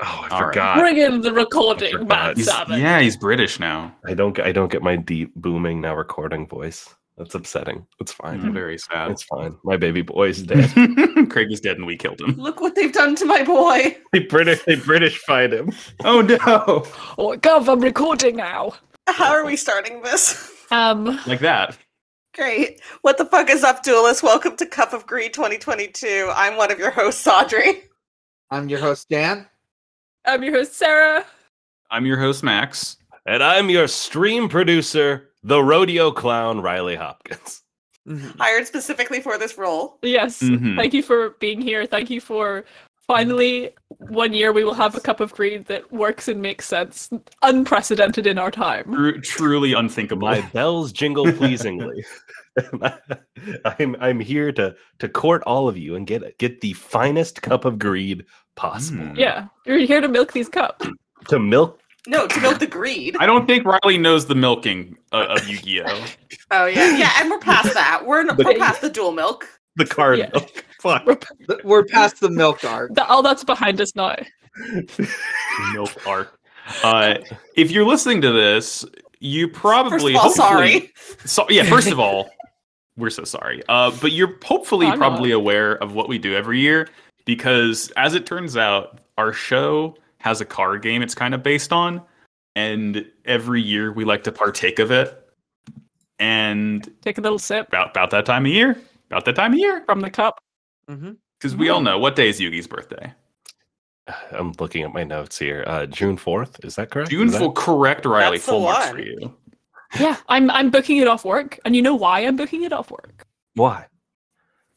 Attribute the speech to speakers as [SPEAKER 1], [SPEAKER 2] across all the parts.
[SPEAKER 1] Oh, God.
[SPEAKER 2] Bring in the recording, Matt
[SPEAKER 1] He's-
[SPEAKER 2] Salmon.
[SPEAKER 3] yeah, he's British now.
[SPEAKER 1] I don't get I don't get my deep booming now recording voice. That's upsetting. It's
[SPEAKER 3] I'm
[SPEAKER 4] Hmm.
[SPEAKER 2] Hmm.
[SPEAKER 1] fine.
[SPEAKER 3] very sad.
[SPEAKER 1] It's fine. My baby boy's dead.
[SPEAKER 3] Craig is dead and we killed him.
[SPEAKER 4] Look what they've done to my boy.
[SPEAKER 1] they British they British fight him.
[SPEAKER 3] Oh no!
[SPEAKER 2] Oh, Gov, I'm recording now.
[SPEAKER 4] How are we starting this?
[SPEAKER 2] Um,
[SPEAKER 3] Like that.
[SPEAKER 4] Great. What the fuck is up, duelists? Welcome to Cup of Greed 2022. I'm one of your hosts, Audrey.
[SPEAKER 5] I'm your host, Dan.
[SPEAKER 2] I'm your host, Sarah.
[SPEAKER 3] I'm your host, Max.
[SPEAKER 1] And I'm your stream producer, the rodeo clown Riley Hopkins.
[SPEAKER 5] Mm-hmm.
[SPEAKER 4] Hired specifically for this role.
[SPEAKER 2] Yes,
[SPEAKER 3] Mhm.
[SPEAKER 2] thank you for being here. Thank you for finally one year we will have a cup of green that works and makes sense, unprecedented in our time.
[SPEAKER 3] Mm-hmm. Tru- truly unthinkable.
[SPEAKER 1] My bells jingle pleasingly. I'm I'm here to to court all of you and get get the finest cup of greed possible.
[SPEAKER 3] Mm.
[SPEAKER 2] Hmm. Yeah, you're here to milk these cups.
[SPEAKER 1] To milk
[SPEAKER 4] No, to build the greed.
[SPEAKER 3] I don't think Riley knows the milking uh, of, of Yu-Gi-Oh.
[SPEAKER 4] Oh yeah, yeah, and we're past that. We're we're past the dual milk.
[SPEAKER 1] the card.
[SPEAKER 2] Yeah.
[SPEAKER 1] milk. Fuck.
[SPEAKER 5] Th- We're past the milk arc.
[SPEAKER 2] That all that's behind us now.
[SPEAKER 3] Milk arc. Uh, if you're listening to this, you probably
[SPEAKER 4] First of all,
[SPEAKER 3] hopefully-
[SPEAKER 4] sorry.
[SPEAKER 3] So yeah, first of all, we're so sorry. Uh, but you're hopefully
[SPEAKER 2] I'm not.
[SPEAKER 3] probably aware of what we do every year because, as it turns out, our show has a card game it's kind of based on, and every year we like to partake of it. And
[SPEAKER 2] Take a little sip
[SPEAKER 3] about about that time of year, about that time of year,
[SPEAKER 2] from the cup.
[SPEAKER 5] Mhm.
[SPEAKER 3] because we all know what day is Yugi's birthday.
[SPEAKER 1] I'm looking at my notes here. Uh, June 4th, is that correct?
[SPEAKER 3] June
[SPEAKER 1] Is that-
[SPEAKER 3] full correct Riley
[SPEAKER 4] That's the
[SPEAKER 3] full marks
[SPEAKER 4] one.
[SPEAKER 3] for you.
[SPEAKER 2] Yeah, I'm I'm booking it off work, and you know why I'm booking it off work?
[SPEAKER 1] Why?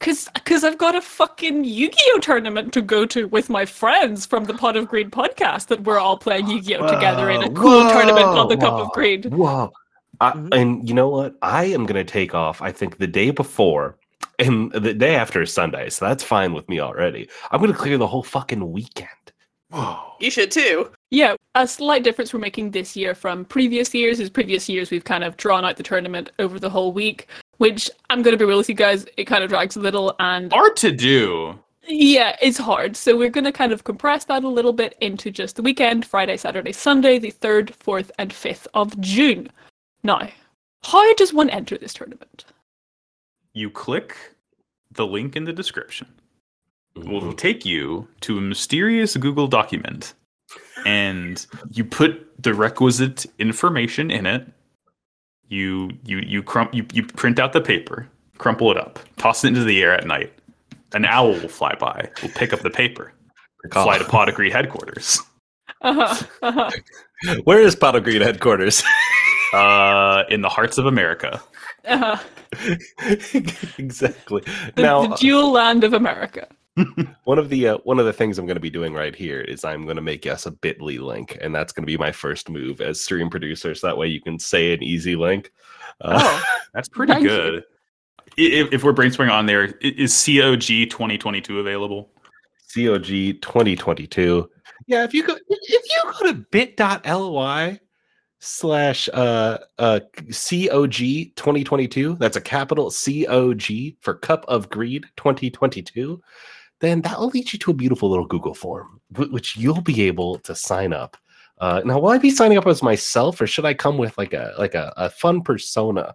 [SPEAKER 2] Cause, cause I've got a fucking Yu-Gi-Oh tournament to go to with my friends from the Pot of Greed podcast that we're all playing Yu-Gi-Oh together in a
[SPEAKER 1] Whoa,
[SPEAKER 2] cool tournament called the Cup
[SPEAKER 1] whoa,
[SPEAKER 2] of Greed.
[SPEAKER 1] Whoa. I,
[SPEAKER 5] Mhm.
[SPEAKER 1] And you know what? I am going to take off, I think, the day before and the day after is Sunday. So that's fine with me already. I'm going to clear the whole fucking weekend.
[SPEAKER 3] Whoa.
[SPEAKER 4] You should too.
[SPEAKER 2] Yeah, a slight difference we're making this year from previous years is previous years we've kind of drawn out the tournament over the whole week, which I'm gonna be real with you guys, it kind of drags a little and
[SPEAKER 3] Hard to do.
[SPEAKER 2] Yeah, it's hard. So we're going to kind of compress that a little bit into just the weekend Friday, Saturday, Sunday, the 3rd, 4th, and 5th of June. Now, how does one enter this tournament?
[SPEAKER 3] You click the link in the description.
[SPEAKER 1] Mm-hmm.
[SPEAKER 3] will take you to a mysterious Google document and you put the requisite information in it. You you you crump you, you print out the paper, crumple it up, toss it into the air at night. An owl will fly by, will pick up the paper, fly to Pot of Greed headquarters.
[SPEAKER 2] Uh-huh, uh-huh.
[SPEAKER 1] Where is Pot of Greed headquarters?
[SPEAKER 3] Uh, in the hearts of America.
[SPEAKER 2] Uh-huh.
[SPEAKER 1] exactly.
[SPEAKER 2] The,
[SPEAKER 1] now,
[SPEAKER 2] the dual land of America.
[SPEAKER 1] one of the uh, one of the things I'm going to be doing right here is I'm going to make us a Bitly link, and that's going to be my first move as stream producer. So that way you can say an easy link. Uh,
[SPEAKER 2] Oh,
[SPEAKER 3] That's pretty
[SPEAKER 2] Thank you.
[SPEAKER 3] good. I- If, if we're brainstorming on there, i- is COG 2022 available?
[SPEAKER 1] COG 2022. Yeah, if you go if you go to bit.ly slash uh uh COG 2022, that's a capital COG for Cup of Greed 2022, then that'll lead you to a beautiful little Google form wh- which you'll be able to sign up. Uh, now, will I be signing up as myself, or should I come with like a like a, a fun persona?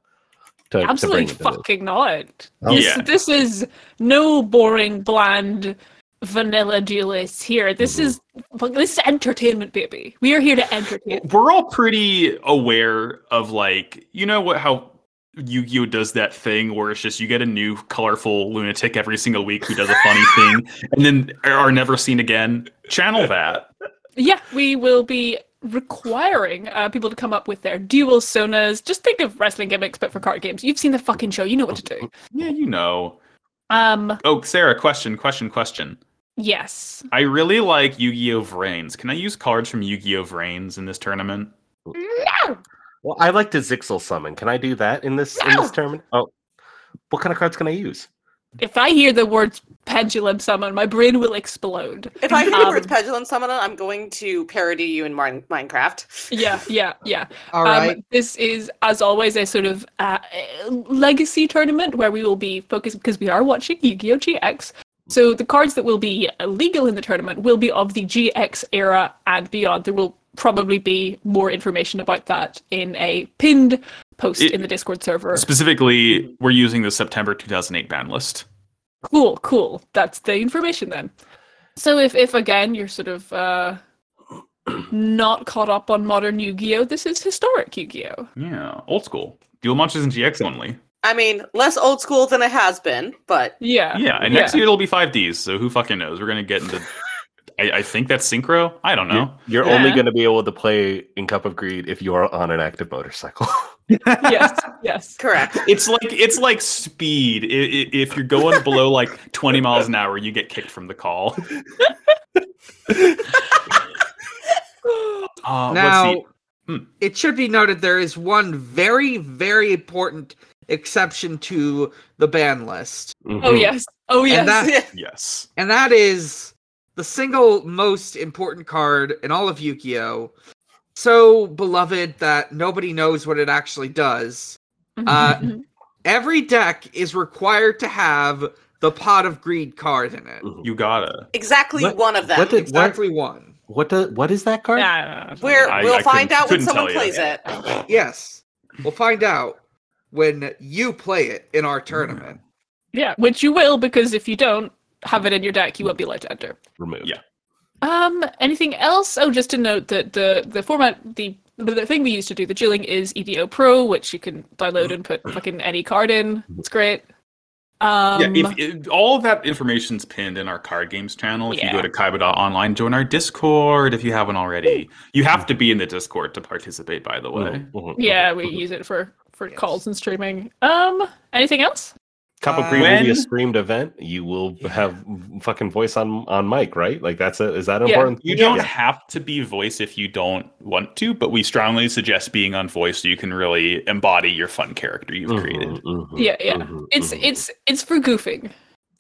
[SPEAKER 1] To, to
[SPEAKER 2] absolutely
[SPEAKER 1] bring into this?
[SPEAKER 2] fucking not.
[SPEAKER 1] Oh.
[SPEAKER 2] This,
[SPEAKER 3] Yeah.
[SPEAKER 2] this is no boring, bland vanilla duelist here.
[SPEAKER 1] Mm-hmm.
[SPEAKER 2] This is this is entertainment, baby. We are here to entertain.
[SPEAKER 3] we're all pretty aware of like you know what how Yu-Gi-Oh does that thing where it's just you get a new colorful lunatic every single week who does a funny thing and then are never seen again. Channel that.
[SPEAKER 2] Yeah, we will be requiring uh, people to come up with their dual sonas. Just think of wrestling gimmicks, but for card games. You've seen the fucking show. You know what to do.
[SPEAKER 3] Yeah, you know.
[SPEAKER 1] Mm-hmm.
[SPEAKER 2] Um,
[SPEAKER 3] Oh, Sarah, question, question, question.
[SPEAKER 2] yes.
[SPEAKER 3] I really like Yu-Gi-Oh Vrains. Can I use cards from Yu-Gi-Oh Vrains in this tournament?
[SPEAKER 2] No.
[SPEAKER 1] Well, I like to Zixel summon. Can I do that in this in
[SPEAKER 2] No!
[SPEAKER 1] this term? Oh, what kind of cards can I use?
[SPEAKER 2] If I hear the words pendulum summon, my brain will explode.
[SPEAKER 4] If I hear the
[SPEAKER 2] Um,
[SPEAKER 4] words pendulum summon, I'm going to parody you in Min- Minecraft.
[SPEAKER 2] Yeah, yeah, yeah.
[SPEAKER 5] All right.
[SPEAKER 2] Um, this is, as always, a sort of uh, legacy tournament where we will be focused because we are watching Yu Gi Oh! GX. So the cards that will be legal in the tournament will be of the GX era and beyond. There will probably be more information about that in a pinned post
[SPEAKER 3] It-
[SPEAKER 2] in the Discord server.
[SPEAKER 3] Specifically, we're using the September 2008 ban list.
[SPEAKER 2] Cool, cool. That's the information then. So if if again you're sort of uh not caught up on modern Yu-Gi-Oh, this is historic Yu-Gi-Oh.
[SPEAKER 3] Yeah, old school. Dual matches in GX only.
[SPEAKER 4] I mean, less old school than it has been, but
[SPEAKER 2] Yeah.
[SPEAKER 3] Yeah, and next year it'll be 5Ds, so who fucking knows? We're going to get into. I, I think that's synchro. I don't know.
[SPEAKER 1] You're,
[SPEAKER 2] Yeah.
[SPEAKER 1] only going to be able to play in Cup of Greed if you are on an active motorcycle.
[SPEAKER 2] yes, yes.
[SPEAKER 4] correct.
[SPEAKER 3] It's like it's like speed. I- I- If you're going below like 20 miles an hour, you get kicked from the call. Uh,
[SPEAKER 5] now,
[SPEAKER 3] what's the- Hmm.
[SPEAKER 5] it should be noted there is one very, very important exception to the ban list,
[SPEAKER 2] Oh yes. Oh yes.
[SPEAKER 5] Mm. And that-
[SPEAKER 3] the, yes,
[SPEAKER 5] and that is the single most important card in all of Yu-Gi-Oh. So beloved that nobody knows what it actually does. uh, Every deck is required to have the Pot of Greed card in it.
[SPEAKER 1] Mhm.
[SPEAKER 3] you gotta.
[SPEAKER 4] Exactly
[SPEAKER 1] What-
[SPEAKER 4] one of them.
[SPEAKER 1] what did-
[SPEAKER 5] Exactly one.
[SPEAKER 1] What do, What is that card?
[SPEAKER 2] Yeah.
[SPEAKER 4] We're,
[SPEAKER 3] I-
[SPEAKER 4] we'll
[SPEAKER 3] I
[SPEAKER 4] find
[SPEAKER 3] couldn't-
[SPEAKER 4] out when
[SPEAKER 3] couldn't tell
[SPEAKER 4] someone
[SPEAKER 3] you.
[SPEAKER 4] plays it.
[SPEAKER 5] Yes. We'll find out when you play it in our tournament.
[SPEAKER 2] yeah, which you will because if you don't have it in your deck, you won't be allowed to enter.
[SPEAKER 1] Removed.
[SPEAKER 3] Yeah.
[SPEAKER 2] Um, anything else? Oh, just to note that the the format the the thing we used to do the dueling is EDO Pro, which you can download and put fucking any card in. It's great. Um,
[SPEAKER 3] yeah, if, if- all of that information's pinned in our card games channel. If you
[SPEAKER 2] Yeah.
[SPEAKER 3] go to Kaiba online, join our Discord if you haven't already. You have
[SPEAKER 2] Mm.
[SPEAKER 3] to be in the Discord to participate. By the
[SPEAKER 2] Mm-hmm.
[SPEAKER 3] way,
[SPEAKER 1] Mhm, mhm,
[SPEAKER 2] yeah,
[SPEAKER 1] mhm,
[SPEAKER 2] we
[SPEAKER 1] mhm.
[SPEAKER 2] use it for for
[SPEAKER 5] Yes.
[SPEAKER 2] calls and streaming. Um, anything else?
[SPEAKER 1] Cup of
[SPEAKER 5] Uh,
[SPEAKER 1] Greed will be
[SPEAKER 3] when-
[SPEAKER 1] a streamed event. You will have fucking voice on on mic, right? Like that's a, is that an
[SPEAKER 2] Yeah.
[SPEAKER 1] important?
[SPEAKER 3] you
[SPEAKER 1] thing?
[SPEAKER 3] don't
[SPEAKER 1] Yeah.
[SPEAKER 3] have to be voice if you don't want to, but we strongly suggest being on voice so you can really embody your fun character you've
[SPEAKER 1] Mhm,
[SPEAKER 3] created.
[SPEAKER 1] mhm,
[SPEAKER 2] Yeah, yeah.
[SPEAKER 1] mhm,
[SPEAKER 2] It's
[SPEAKER 5] Mm.
[SPEAKER 1] mhm.
[SPEAKER 2] it's it's for goofing.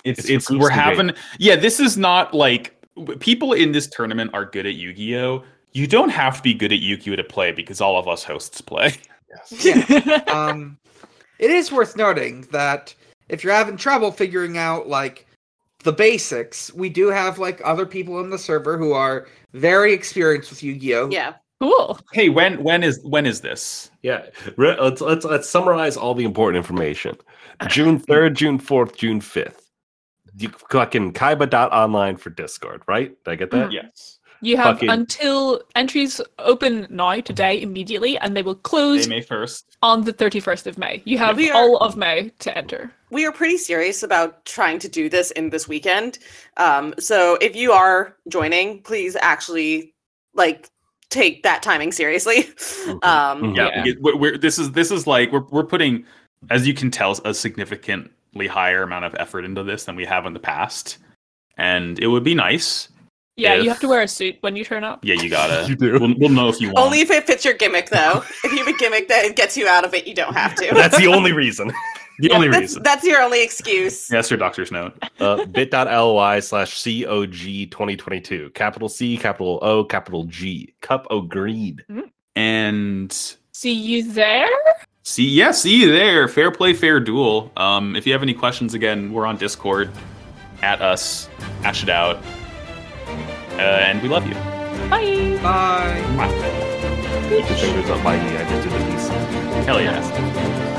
[SPEAKER 3] It's
[SPEAKER 1] It's
[SPEAKER 3] it's,
[SPEAKER 1] for
[SPEAKER 3] we're
[SPEAKER 1] Goose Debate.
[SPEAKER 3] having yeah. This is not like w- people in this tournament are good at Yu Gi Oh. You don't have to be good at Yu Gi Oh to play because all of us hosts play.
[SPEAKER 5] Um, it is worth noting that if you're having trouble figuring out like the basics, we do have like other people in the server who are very experienced with
[SPEAKER 3] Oh.
[SPEAKER 5] Yu-Gi-Oh.
[SPEAKER 4] Yeah.
[SPEAKER 2] cool.
[SPEAKER 3] Hey, when when is when is this?
[SPEAKER 1] Yeah, Re- let's, let's let's summarize all the important information. June third, June fourth, June fifth. You fucking kaiba.online for Discord, right? Did I get that?
[SPEAKER 3] Yes,
[SPEAKER 2] You have
[SPEAKER 1] Fucking-
[SPEAKER 2] until entries open now today immediately, and they will
[SPEAKER 3] they
[SPEAKER 2] close
[SPEAKER 3] May first.
[SPEAKER 2] on the thirty first of May. You have
[SPEAKER 4] We are-
[SPEAKER 2] all of May to enter.
[SPEAKER 4] we are pretty serious about trying to do this in this weekend. Um, so if you are joining, please actually like take that timing seriously.
[SPEAKER 3] Mm-hmm.
[SPEAKER 4] Um,
[SPEAKER 1] Mhm.
[SPEAKER 3] Yeah,
[SPEAKER 2] Yeah.
[SPEAKER 3] we get- We're, we're, this is this is like we're we're putting, as you can tell, a significantly higher amount of effort into this than we have in the past, and it would be nice.
[SPEAKER 2] Yeah, you
[SPEAKER 3] If-
[SPEAKER 2] have to wear a suit when you turn up.
[SPEAKER 3] Yeah, you gotta.
[SPEAKER 1] You do.
[SPEAKER 3] We'll, we'll know if you want.
[SPEAKER 4] Only if it fits your gimmick, though. if you have a gimmick that gets you out of it, you don't have to.
[SPEAKER 1] That's the only reason.
[SPEAKER 3] the only
[SPEAKER 4] that's,
[SPEAKER 3] reason.
[SPEAKER 4] that's your only excuse.
[SPEAKER 3] Yes, your doctor's note.
[SPEAKER 1] uh, bit.ly slash COG 2022. Capital C, capital O, capital G. Cup of greed.
[SPEAKER 3] And
[SPEAKER 2] See you there.
[SPEAKER 3] See, yeah, see you there. Fair play, fair duel. Um, if you have any questions, again, we're on Discord. At us, hash it out, uh, and we love you.
[SPEAKER 2] Bye.
[SPEAKER 5] Bye.
[SPEAKER 1] Put your fingers up my knee. I just did a piece.
[SPEAKER 3] Hell yes.